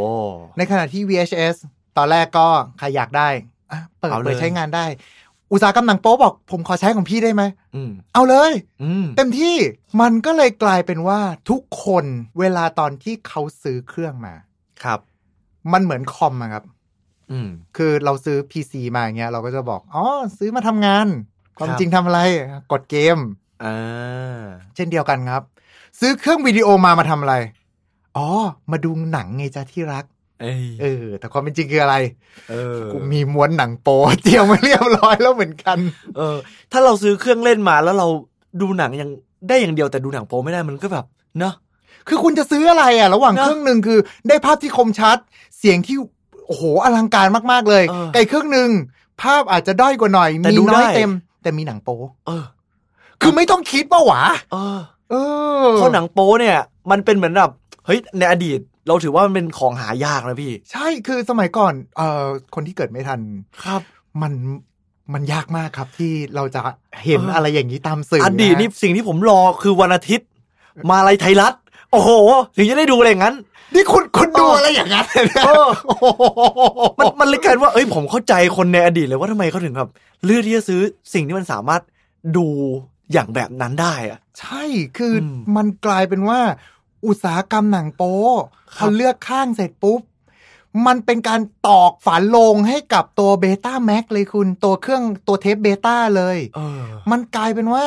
Speaker 2: ในขณะที่ VHS ตอนแรกก็ใครอยากได้อ่ะเปิด
Speaker 3: เอาเลย
Speaker 2: เปิดใช้งานได้ อุตสาหกรรมหนังโป๊บอก ผมขอใช้ของพี่ได้ไหม
Speaker 3: อืม
Speaker 2: เอาเลย
Speaker 3: อืม
Speaker 2: เต็มที่มันก็เลยกลายเป็นว่าทุกคนเวลาตอนที่เขาซื้อเครื่องมา
Speaker 3: ครับ
Speaker 2: มันเหมือนคอมอะครับ
Speaker 3: อืม
Speaker 2: คือเราซื้อ PC มาอย่างเงี้ยเราก็จะบอก อ๋อ ซื้อมาทำงาน ความ
Speaker 3: ครับ
Speaker 2: จริงทำอะไร กดเกม
Speaker 3: อ่า
Speaker 2: เช่นเดียวกันครับ ซื้อเครื่องวิดีโอมามาทำอะไร อ๋อ มาดูหนังไงจ้ะที่รัก
Speaker 3: เอย
Speaker 2: เออ แต่ความเป็นจริงคืออะไร
Speaker 3: เออ
Speaker 2: กูมีม้วนหนังโป๊ เตรียมมาเรียบร้อยแล้วเหมือนกัน
Speaker 3: เออ ถ้าเราซื้อเครื่องเล่นมาแล้วเราดูหนังอย่างได้อย่างเดียวแต่ดูหนังโป๊ไม่ได้มันก็แบบเนาะ
Speaker 2: คือคุณจะซื้ออะไรอ่ะ ระหว่าง
Speaker 3: เนอะ
Speaker 2: เครื่องหนึ่งคือ ได้ภาพที่คมชัด เสียงที่โอ้โหอลังการมาก ๆ เลย
Speaker 3: เออ
Speaker 2: ไกลเครื่องหนึ่งภาพอาจจะด้อยกว่าหน่อย
Speaker 3: แต่
Speaker 2: มี
Speaker 3: ดู
Speaker 2: น้อย
Speaker 3: ได้
Speaker 2: เต็ม แต่มีหนังโป๊
Speaker 3: เออ
Speaker 2: คือไม่ต้องคิดว่าหวา
Speaker 3: เออ
Speaker 2: เออ
Speaker 3: เพราะหนังโป๊เนี่ย มันเป็นเหมือนแบบเฮ้ยในอดีต เราถือว่ามันเป็นของหายากนะพี่
Speaker 2: ใช่คือสมัยก่อนเอ่อคนที่เกิดไม่ทัน
Speaker 3: ครับ
Speaker 2: มันมันยากมากครับที่เราจะเห็นอะไรอย่างนี้ตามสื่อ
Speaker 3: อ
Speaker 2: นะ
Speaker 3: ดีตนี่สิ่งที่ผมรอคือวันอาทิตย์ มาลัยไทยรัฐ โอ้โห ถึงจะได้ดูอะไรอย่างนั้น
Speaker 2: นี่คุณคุณดูอะไรอย่างนั้นเลยนะ
Speaker 3: เออ
Speaker 2: โอ้โห
Speaker 3: มันมันเลยกลายเป็นว่า เอ้ยผมเข้าใจคนในอดีตเลยว่าทำไมเขาถึงแบบเลือกที่จะซื้อสิ่งที่มันสามารถดูอย่างแบบนั้นได้อะ
Speaker 2: ใช่คืออ
Speaker 3: ม
Speaker 2: มันกลายเป็นว่า อุตสาหกรรมหนังโป๊
Speaker 3: ครับ
Speaker 2: เขาเลือกข้างเสร็จปุ๊บ มันเป็นการตอกฝานโลงให้กับตัวเบต้าแม็กเลยคุณตัวเครื่องตัวเทปเบต้าเลย
Speaker 3: เออ
Speaker 2: มันกลายเป็นว่า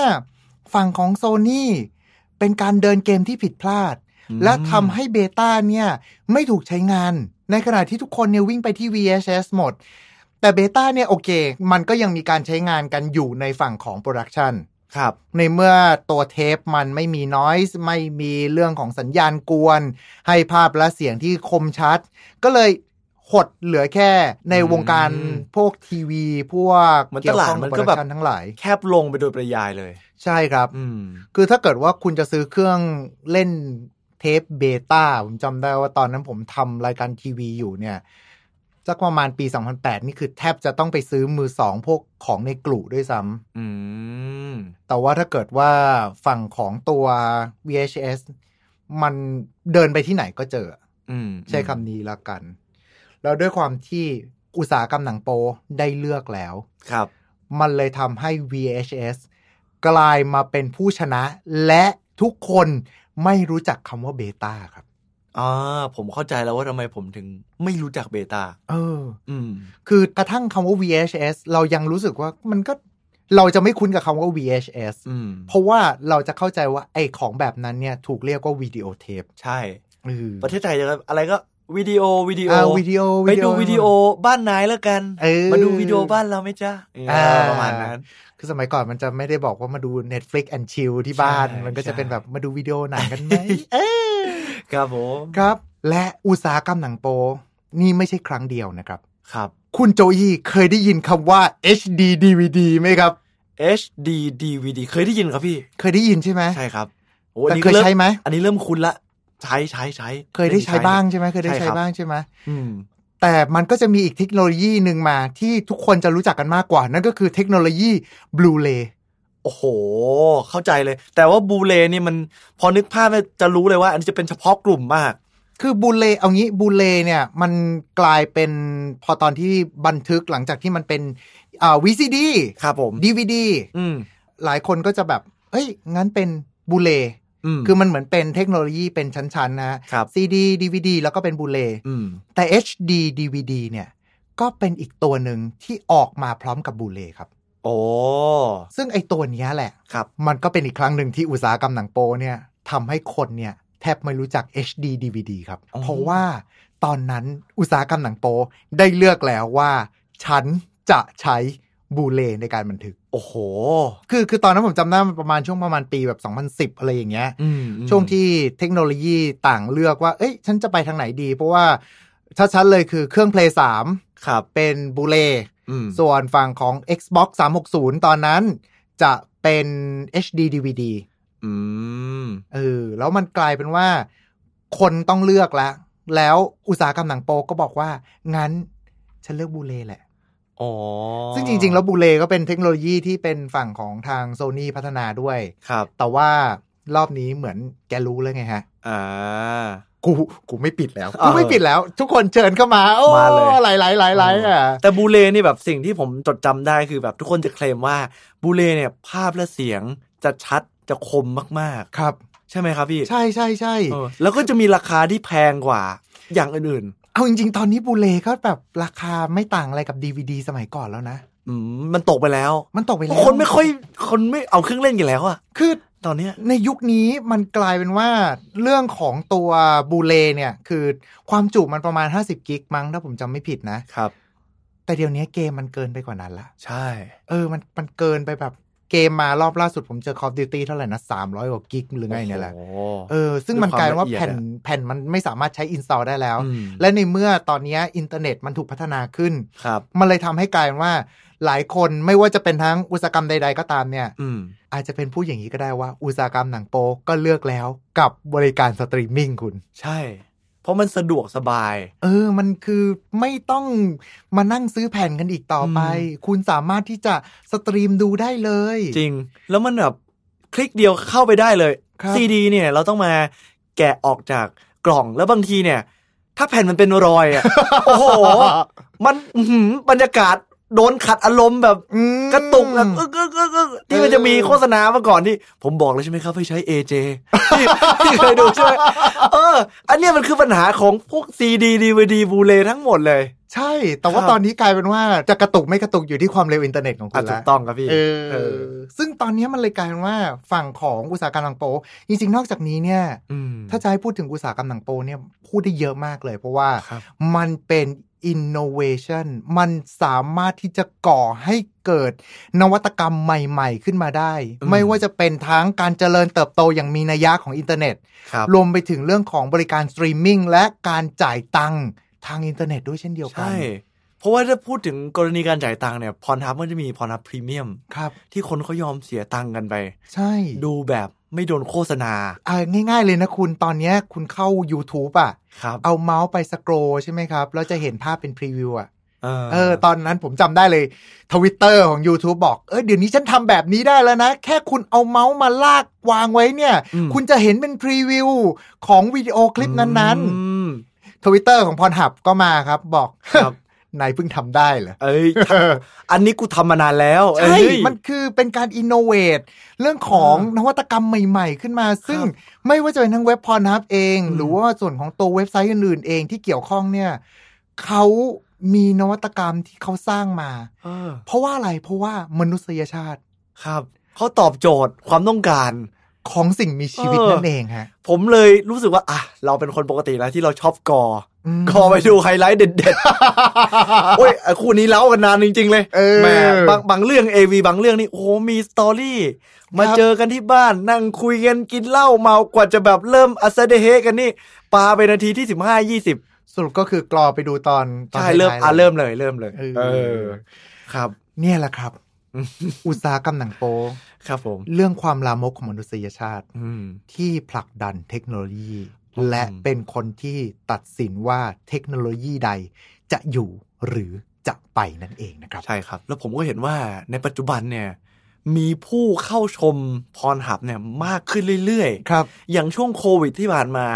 Speaker 2: ฝั่งของโซนี่เป็นการเดินเกมที่ผิดพลาด
Speaker 3: อืม
Speaker 2: และทำให้เบต้าเนี่ย ไม่ถูกใช้งาน ในขณะที่ทุกคนเนี่ยวิ่งไปที่ VHS หมด แต่เบต้าเนี่ยโอเค มันก็ยังมีการใช้งานกันอยู่ในฝั่งของโปรดักชัน
Speaker 3: ครับ
Speaker 2: ในเมื่อตัวเทปมันไม่มีน o i ส์ไม่มีเรื่องของสัญญาณกวน ให้ภาพและเสียงที่คมชัด ก็เลยหดเหลือแค่ในวงการ
Speaker 3: อืม
Speaker 2: พวกทีวี พวก
Speaker 3: เหมือน
Speaker 2: เกี่ยวข้อง
Speaker 3: ตลาดมัน
Speaker 2: โป
Speaker 3: ก็
Speaker 2: รดั
Speaker 3: แบบ
Speaker 2: กชันทั้งหลาย
Speaker 3: แคบลงไปโดยประยายเลย
Speaker 2: ใช่ครับ
Speaker 3: อืม
Speaker 2: คือถ้าเกิดว่าคุณจะซื้อเครื่องเล่นเทปเบต้า ผมจำได้ว่าตอนนั้นผมทำรายการทีวีอยู่เนี่ยสักประมาณปี 2008 นี่คือแทบจะต้องไปซื้อมือสองพวกของในกลุ่ด้วยซ้
Speaker 3: อืม
Speaker 2: ำแต่ว่าถ้าเกิดว่าฝั่งของตัว VHS มันเดินไปที่ไหนก็เจอ
Speaker 3: อืม
Speaker 2: ใช้คำนี้ละกัน แล้วด้วยความที่อุตสาหกรรมหนังโปได้เลือกแล้ว
Speaker 3: ครับ
Speaker 2: มันเลยทำให้ VHS กลายมาเป็นผู้ชนะ และทุกคนไม่รู้จักคำว่าเบต้าครับ
Speaker 3: อ่า ผมเข้าใจแล้วว่าทำไมผมถึงไม่รู้จักเบตา
Speaker 2: เออ
Speaker 3: อืม
Speaker 2: คือกระทั่งคำว่า VHS เรายังรู้สึกว่ามันก็เราจะไม่คุ้นกับคำว่า VHS
Speaker 3: อืม
Speaker 2: เพราะว่าเราจะเข้าใจว่าไอ้ของแบบนั้นเนี่ย ถูกเรียกว่าวิดีโอเทป
Speaker 3: ใช่
Speaker 2: เออ
Speaker 3: ประเทศไทยจะอะไรก็วิดีโอวิดีโอ
Speaker 2: อ่าวิดีโอ
Speaker 3: ไปดูวิดีโอบ้านนายแล้วกัน
Speaker 2: เออ
Speaker 3: มาดูวิดีโอบ้านเราไหมจ๊ะ
Speaker 2: อ่า
Speaker 3: ประมาณนั้น
Speaker 2: คือสมัยก่อนมันจะไม่ได้บอกว่ามาดู Netflix and chill ที่บ้าน
Speaker 3: ใช่
Speaker 2: มันก็จะเป็น
Speaker 3: ใช่
Speaker 2: แบบมาดูวิดีโอหนัง กันไหมเออ
Speaker 3: ครับผม
Speaker 2: ครับ และอุตสาหกรรมหนังโป นี่ไม่ใช่ครั้งเดียวนะครับ
Speaker 3: ครับ
Speaker 2: คุณโจอี้เคยได้ยินคำว่า HD DVD ไหมครับ
Speaker 3: HD DVD เคยได้ยินครับพี่
Speaker 2: เคยได้ยินใช่ไหม
Speaker 3: ใช่ครับโอ้อั
Speaker 2: แต่
Speaker 3: นนี้
Speaker 2: เคย
Speaker 3: ริ่
Speaker 2: ใช้ไหม
Speaker 3: อันนี้เริ่มคุ้นละ ใช้ใช้ใช้
Speaker 2: เคยได้ใช้บ้าง
Speaker 3: เริ่ม
Speaker 2: ใช่ไหมเคยได้
Speaker 3: ใช่
Speaker 2: ใช้
Speaker 3: ครับ
Speaker 2: บ้างใช่ไหม
Speaker 3: อืม
Speaker 2: แต่มันก็จะมีอีกเทคโนโลยีหนึ่งมาที่ทุกคนจะรู้จักกันมากกว่า นั่นก็คือเทคโนโลยีบลูเรย์
Speaker 3: โอ้โห เข้าใจเลย แต่ว่าบูเลนี่มันพอนึกภาพเนี่ยจะรู้เลยว่า อันนี้จะเป็นเฉพาะกลุ่มมาก
Speaker 2: คือบลูเรย์เอางี้บลูเรย์เนี่ยมันกลายเป็นพอตอนที่บันทึกหลังจากที่มันเป็นอ่า VCD
Speaker 3: ครับผม
Speaker 2: DVD
Speaker 3: อืม
Speaker 2: หลายคนก็จะแบบเอ้ยงั้นเป็นบลูเรย์
Speaker 3: อืม
Speaker 2: คือมันเหมือนเป็นเทคโนโลยีเป็นชั้น ๆ นะฮะ
Speaker 3: ครับ
Speaker 2: CD DVD แล้วก็เป็นบูเล
Speaker 3: อืม
Speaker 2: แต่ HD DVD เนี่ย ก็เป็นอีกตัวหนึ่งที่ออกมาพร้อมกับบูเลครับ
Speaker 3: โอ้
Speaker 2: ซึ่งไอ้ตัวเนี้ยแหละ
Speaker 3: ครับ
Speaker 2: มันก็เป็นอีกครั้งหนึ่งที่อุตสาหกรรมหนังโปเนี่ยทำให้คนเนี่ย แทบไม่รู้จัก HD DVD ครับ
Speaker 3: อ๋อ
Speaker 2: เพราะว่าตอนนั้นอุตสาหกรรมหนังโปได้เลือกแล้วว่า ฉันจะใช้บูเลในการบันทึก
Speaker 3: โอ้โห
Speaker 2: คือคือตอนนั้นผมจำได้มันประมาณช่วงประมาณปีแบบ 2010 อะไรอย่างเงี้ย
Speaker 3: อืม
Speaker 2: ช่วงที่เทคโนโลยีต่างเลือกว่า เอ้ย ฉันจะไปทางไหนดี เพราะว่าชัดๆเลยคือเครื่อง Play
Speaker 3: ครับ
Speaker 2: 3 เป็นบูเล
Speaker 3: อืม
Speaker 2: ส่วนฝั่งของ Xbox 360 ตอนนั้นจะเป็น HD DVD
Speaker 3: อืม
Speaker 2: เออ แล้วมันกลายเป็นว่าคนต้องเลือกแล้ว แล้วอุตสาหกรรมหนังโปก็บอกว่า งั้นฉันเลือกบูเลแหละ
Speaker 3: อ๋อ
Speaker 2: ซึ่งจริง ๆ แล้วบูเลก็เป็นเทคโนโลยีที่เป็นฝั่งของทางโซ n y พัฒนาด้วย
Speaker 3: ครับ
Speaker 2: แต่ว่ารอบนี้เหมือนแกรู้แล้วไงฮะ
Speaker 3: อ่า
Speaker 2: กูกูไม่ปิดแล้ว
Speaker 3: เออ
Speaker 2: กูไม่ปิดแล้ว ทุกคนเชิญเข้ามาโอ้
Speaker 3: มาเลย
Speaker 2: หลายหลายหลายหลายอ่ะ
Speaker 3: แต่บูเลนี่แบบสิ่งที่ผมจดจำได้คือแบบทุกคนจะเคลมว่าบูเลเนี่ย ภาพและเสียงจะชัดจะคมมาก
Speaker 2: ครับ
Speaker 3: ๆ ใช่ไหมครับพี่
Speaker 2: ใช่ใช่ใช่
Speaker 3: เออแล้วก็จะมีราคาที่แพงกว่าอย่างอื่น
Speaker 2: เอาจริง ๆ ตอนนี้บูเลก็แบบราคาไม่ต่างอะไรกับ DVD สมัยก่อนแล้วนะ
Speaker 3: ๆอืมมันตกไปแล้ว
Speaker 2: มันตกไป
Speaker 3: เพ
Speaker 2: แล้
Speaker 3: ราะ
Speaker 2: ว
Speaker 3: คนไม่ค่อยคนไม่เอาเครื่องเล่นกันแล้วอะ
Speaker 2: คือ
Speaker 3: ตอนเนี้ย
Speaker 2: ในยุคนี้มันกลายเป็นว่าเรื่องของตัวบูเลเนี่ย คือความจุมันประมาณ 50 กิกมั้งถ้าผมจำไม่ผิดนะ
Speaker 3: ครับ
Speaker 2: แต่เดี๋ยวนี้เกมมันเกินไปกว่านั้นละ
Speaker 3: ใช่
Speaker 2: เออ มันมันเกินไปแบบเกมมารอบล่าสุดผมเจอ Call of Duty เท่าไหร่นะ300กว่ากิกหรือไงเนี่ยแหละ เออซึ่งมันกลายว่า
Speaker 3: ด้วยควา
Speaker 2: แผ่
Speaker 3: ม
Speaker 2: น
Speaker 3: ละเอียดอะ
Speaker 2: แผ่นมันไม่สามารถใช้อินสตอลได้แล้ว
Speaker 3: อืม
Speaker 2: และในเมื่อตอนเนี้ยอินเทอร์เน็ตมันถูกพัฒนาขึ้น
Speaker 3: ครับ
Speaker 2: มันเลยทำให้กลายเป็นว่า หลายคนไม่ว่าจะเป็นทั้งอุตสาหกรรมใด ๆ ก็ตามเนี่ย
Speaker 3: อืม
Speaker 2: อาจจะเป็นผู้อย่างนี้ก็ได้ว่าอุตสาหกรรมหนังโปก็เลือกแล้วกับบริการสตรีมมิ่งคุณ
Speaker 3: ใช่ พ ราะมันสะดวกสบาย
Speaker 2: เออ มันคือไม่ต้องมานั่งซื้อแผ่นกันอีกต่อไป คุณสามารถที่จะสตรีมดูได้เลย
Speaker 3: จริง แล้วมันแบบคลิกเดียวเข้าไปได้เลย
Speaker 2: ครับ
Speaker 3: ซีดีเนี่ยเราต้องมาแกะออกจากกล่องแล้วบางทีเนี่ย ถ้าแผ่นมันเป็นรอยอ่ะ โอ้โห มันอื้อหือบรรยากาศโดนขัดอารมณ์แบบ
Speaker 2: อืม
Speaker 3: กระตุกแบบอึกอึกอึกอึกที่มันจะมี
Speaker 2: เออ
Speaker 3: โฆษณามาก่อนที่ ผมบอกแล้วใช่ไหมครับให้ใช้ AJ ที่ ที่เคยดูใช่ไหมเออ อันเนี้ยมันคือปัญหาของพวกซีดีดีวดีบูเลทั้งหมดเลย
Speaker 2: ใช่ แต่ว่า
Speaker 3: ครับ
Speaker 2: ตอนนี้กลายเป็นว่าจะกระตุกไม่กระตุกอยู่ที่ความเร็วอินเทอร์เน็ตของคุ
Speaker 3: อ่ะ
Speaker 2: ณ
Speaker 3: ถู
Speaker 2: ละ
Speaker 3: กต้องครับพี่
Speaker 2: เอ
Speaker 3: เอ
Speaker 2: อ
Speaker 3: อ
Speaker 2: ซึ่งตอนนี้มันเลยกลายเป็นว่าฝั่งของอุตสาหกรรมหนังโปจริงๆ นอกจากนี้เนี่ย
Speaker 3: อืม
Speaker 2: ถ้าจะให้พูดถึงอุตสาหกรรมหนังโปเนี่ยพูดได้เยอะมากเลย เพราะว่า
Speaker 3: ครับ
Speaker 2: มันเป็น innovation มันสามารถที่จะก่อให้เกิดนวัตกรรมใหม่ ๆ ขึ้นมาได้
Speaker 3: อืม
Speaker 2: ไม่ว่าจะเป็นทั้งการเจริญเติบโตอย่างมีนัยยะของอินเทอร์เน็ต
Speaker 3: ครับ
Speaker 2: รวมไปถึงเรื่องของบริการสตรีมมิ่งและการจ่ายตังค์ทางอินเทอร์เน็ตด้วยเช่นเดียวกั
Speaker 3: ใช่ เพราะว่าถ้าพูดถึงกรณีการจ่ายตังค์เนี่ยพรทับมันจะมีพรทับพรีเมียม
Speaker 2: ครับ
Speaker 3: ที่คนเขายอมเสียตังค์กันไป
Speaker 2: ใช่
Speaker 3: ดูแบบไม่โดนโฆษณา
Speaker 2: อ่าง่าย ๆ เลยนะคุณตอนเนี้ยคุณเข้า YouTube อ่ะ
Speaker 3: ครับ
Speaker 2: เอาเมาส์ไปสครอใช่ไหมครับ แล้วจะเห็นภาพเป็นพรีวิวอ่ะ
Speaker 3: เออ
Speaker 2: เออ ตอนนั้นผมจำได้เลยทวิตเตอร์ของ YouTube บอก เออเดี๋ยวนี้ฉันทำแบบนี้ได้แล้วนะ แค่คุณเอาเมาส์มาลากวางไว้เนี่ย
Speaker 3: ม
Speaker 2: คุณจะเห็นเป็นพรีวิวของวิดีโอคลิปนั้น
Speaker 3: อืม
Speaker 2: ๆทวิตเตอร์ของพรหับก็มาครับ บอก
Speaker 3: ครับ
Speaker 2: นายเพิ่งทำได้เหรอ
Speaker 3: เอ้ย อันนี้กูทำมานานแล้ว
Speaker 2: ใช่
Speaker 3: เอ้ย
Speaker 2: มันคือเป็นการอินโนเวทเรื่องของนวัตกรรมใหม่ๆ ขึ้นมา ซึ่งไม่ว่าจะเป็นทั้งเว็บพร h ับเอง
Speaker 3: อืม
Speaker 2: หรือว่าส่วนของตัวเว็บไซต์อื่นๆเองที่เกี่ยวข้องเนี่ยเขามีนวัตกรรมที่เขาสร้างมา
Speaker 3: เออ
Speaker 2: เพราะว่าอะไร เพราะว่ามนุษยชาติ
Speaker 3: ครับเขาตอบโจทย์ความต้องการ
Speaker 2: ของสิ่งมีชีวิต
Speaker 3: เออ
Speaker 2: นั่นเองฮะ
Speaker 3: ผมเลยรู้สึกว่าอ่ะเราเป็นคนปกติแล้วที่เราชอบกอ
Speaker 2: ม
Speaker 3: กอไปดูไฮไลท์เด็ด ๆ โอ้ยไอ้คู่นี้เล่ากันนานจริง ๆ เลย
Speaker 2: เออ
Speaker 3: แหมบางบางเรื่อง AV บางเรื่องนี่โอ้โหมีสตอรี่มา
Speaker 2: ครับ
Speaker 3: เจอกันที่บ้านนั่งคุยกันกินเหล้าเมากว่าจะแบบเริ่มอัสเดเฮกันนี่ปาไปนาทีที่สิบห้ายี่สิบ
Speaker 2: สรุปก็คือกรอไปดูตอนตอน
Speaker 3: ใช่เริ่ม
Speaker 2: ท้ายๆ
Speaker 3: อ่ะ
Speaker 2: เลย
Speaker 3: เริ่มเลยเริ่มเลย
Speaker 2: เออ
Speaker 3: เออครับ
Speaker 2: เนี่ยแหละ ครับ อุตสาหกรรมหนังโป
Speaker 3: ครับผม
Speaker 2: เรื่องความลามกของมนุษยชาติ
Speaker 3: อืม
Speaker 2: ที่ผลักดันเทคโนโลยี
Speaker 3: อืม
Speaker 2: และเป็นคนที่ตัดสินว่าเทคโนโลยีใดจะอยู่หรือจะไปนั่นเองนะครับ
Speaker 3: ใช่ครับ แล้วผมก็เห็นว่าในปัจจุบันเนี่ย มีผู้เข้าชมพรหับเนี่ยมากขึ้นเรื่อย
Speaker 2: ครับ
Speaker 3: ๆ อย่างช่วงโควิดที่ผ่านมา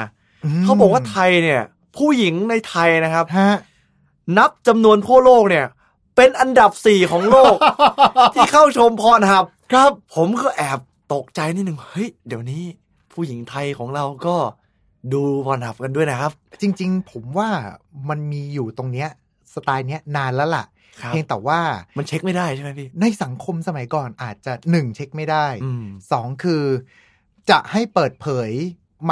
Speaker 2: ม
Speaker 3: เขาบอกว่าไทยเนี่ย ผู้หญิงในไทยนะครับ
Speaker 2: ฮะ
Speaker 3: นับจำนวนทั่วโลกเนี่ย เป็นอันดับสี่ของโลก ที่เข้าชมพรหับ ครับ ผมก็แอบตกใจนิดหนึ่งเฮ้ย เดี๋ยวนี้ ผู้หญิงไทยของเราก็ดูพรหับกันด้วยนะครับ
Speaker 2: จริงๆ ผมว่ามันมีอยู่ตรงเนี้ยสไตล์เนี้ยนานแล้วล่ะ
Speaker 3: ครับ
Speaker 2: เพียงแต่ว่า
Speaker 3: มันเช็คไม่ได้ใช่ไหมพี่
Speaker 2: ในสังคมสมัยก่อนอาจจะหนึ่งเช็คไม่ได้
Speaker 3: อืม
Speaker 2: สองคือ จะให้เปิดเผย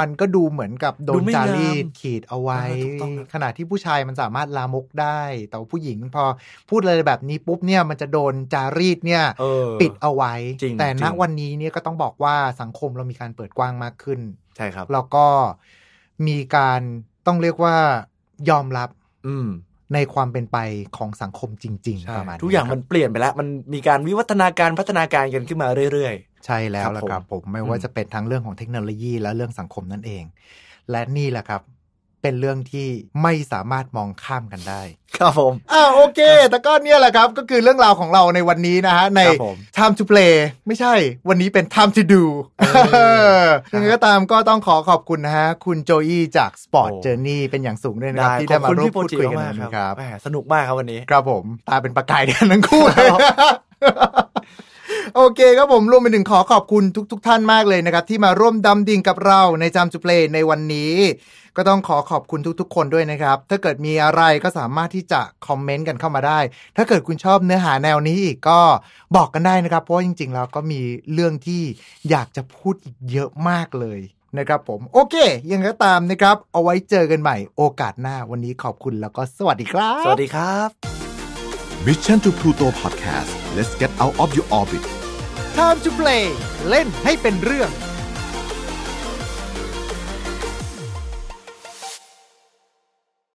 Speaker 2: มันก็ดูเหมือนกับโด
Speaker 3: ดู
Speaker 2: นจาง
Speaker 3: ไม่าม
Speaker 2: รีดขีดเอาไว้
Speaker 3: เออถูกต้องครับ
Speaker 2: ขณะที่ผู้ชายมันสามารถลามกได้ แต่ว่าผู้หญิงพอพูดอะไรแบบนี้ปุ๊บเนี่ยมันจะโดนจารีดเนี่ย
Speaker 3: เออ
Speaker 2: ปิดเอาไว้
Speaker 3: จริง
Speaker 2: แต่
Speaker 3: จริ
Speaker 2: ณ
Speaker 3: ง
Speaker 2: วันนี้เนี่ยก็ต้องบอกว่าสังคมเรามีการเปิดกว้างมากขึ้น
Speaker 3: ใช่ครับ
Speaker 2: แล้วก็มีการต้องเรียกว่ายอมรับ
Speaker 3: อืม
Speaker 2: ในความเป็นไปของสังคมจริง ๆ ประมาณ
Speaker 3: ทุกอย่างมันเปลี่ยนไปแล้ว มันมีการวิวัฒนาการพัฒนาการกันขึ้นมาเรื่อย
Speaker 2: ใช่แล้ว
Speaker 3: ครับ
Speaker 2: ละครับผมไม่ว่า
Speaker 3: อืม
Speaker 2: จะเป็นทั้งเรื่องของเทคโนโลยีและเรื่องสังคมนั่นเอง และนี่แหละครับ เป็นเรื่องที่ไม่สามารถมองข้ามกันได้
Speaker 3: ๆ ครับผม
Speaker 2: อ่าโอเค แต่ก็เนี่ยแหละครับ ก็คือเรื่องราวของเราในวันนี้นะฮะ ใน
Speaker 3: ครับผม
Speaker 2: time to play ไม่ใช่ วันนี้เป็น time to do
Speaker 3: เออ
Speaker 2: ยังไงก็ตามก็ต้องขอขอบคุณนะฮะ คุณโจอี้จาก Sport
Speaker 3: โอ้
Speaker 2: Journey เป็นอย่างสูงด้วยนะครับ ที่
Speaker 3: ข
Speaker 2: ได้
Speaker 3: อบ
Speaker 2: มา
Speaker 3: คุณ
Speaker 2: ร่วม
Speaker 3: พี่โป
Speaker 2: พูด
Speaker 3: จิ
Speaker 2: คุยกัน
Speaker 3: มาก
Speaker 2: ในวัน
Speaker 3: ๆ
Speaker 2: นี้
Speaker 3: ค
Speaker 2: ค
Speaker 3: รั
Speaker 2: รั
Speaker 3: บบ แหมสนุกมากครับวันนี้
Speaker 2: ครับผม ตาเป็นประกายกันทั้งคู่เลย โอเคครับผมรวมไปถึงขอขอบคุณทุก ๆ ท่านมากเลยนะครับ ที่มาร่วมดำดิ่งกับเราในจามจุเพลในวันนี้ ก็ต้องขอขอบคุณทุก ๆ คนด้วยนะครับ ถ้าเกิดมีอะไรก็สามารถที่จะคอมเมนต์กันเข้ามาได้ ถ้าเกิดคุณชอบเนื้อหาแนวนี้อีกก็บอกกันได้นะครับ เพราะว่าจริง ๆ แล้วก็มีเรื่องที่อยากจะพูดอีกเยอะมากเลยนะครับผม โอเค ยังไงก็ตามนะครับ เอาไว้เจอกันใหม่โอกาสหน้าวันนี้ขอบคุณแล้วก็สวัสดีครับ
Speaker 3: สวัสดีครับ
Speaker 1: Mission to Pluto Podcast let's get out of your orbit
Speaker 2: Time to play เล่นให้เป็นเรื่อง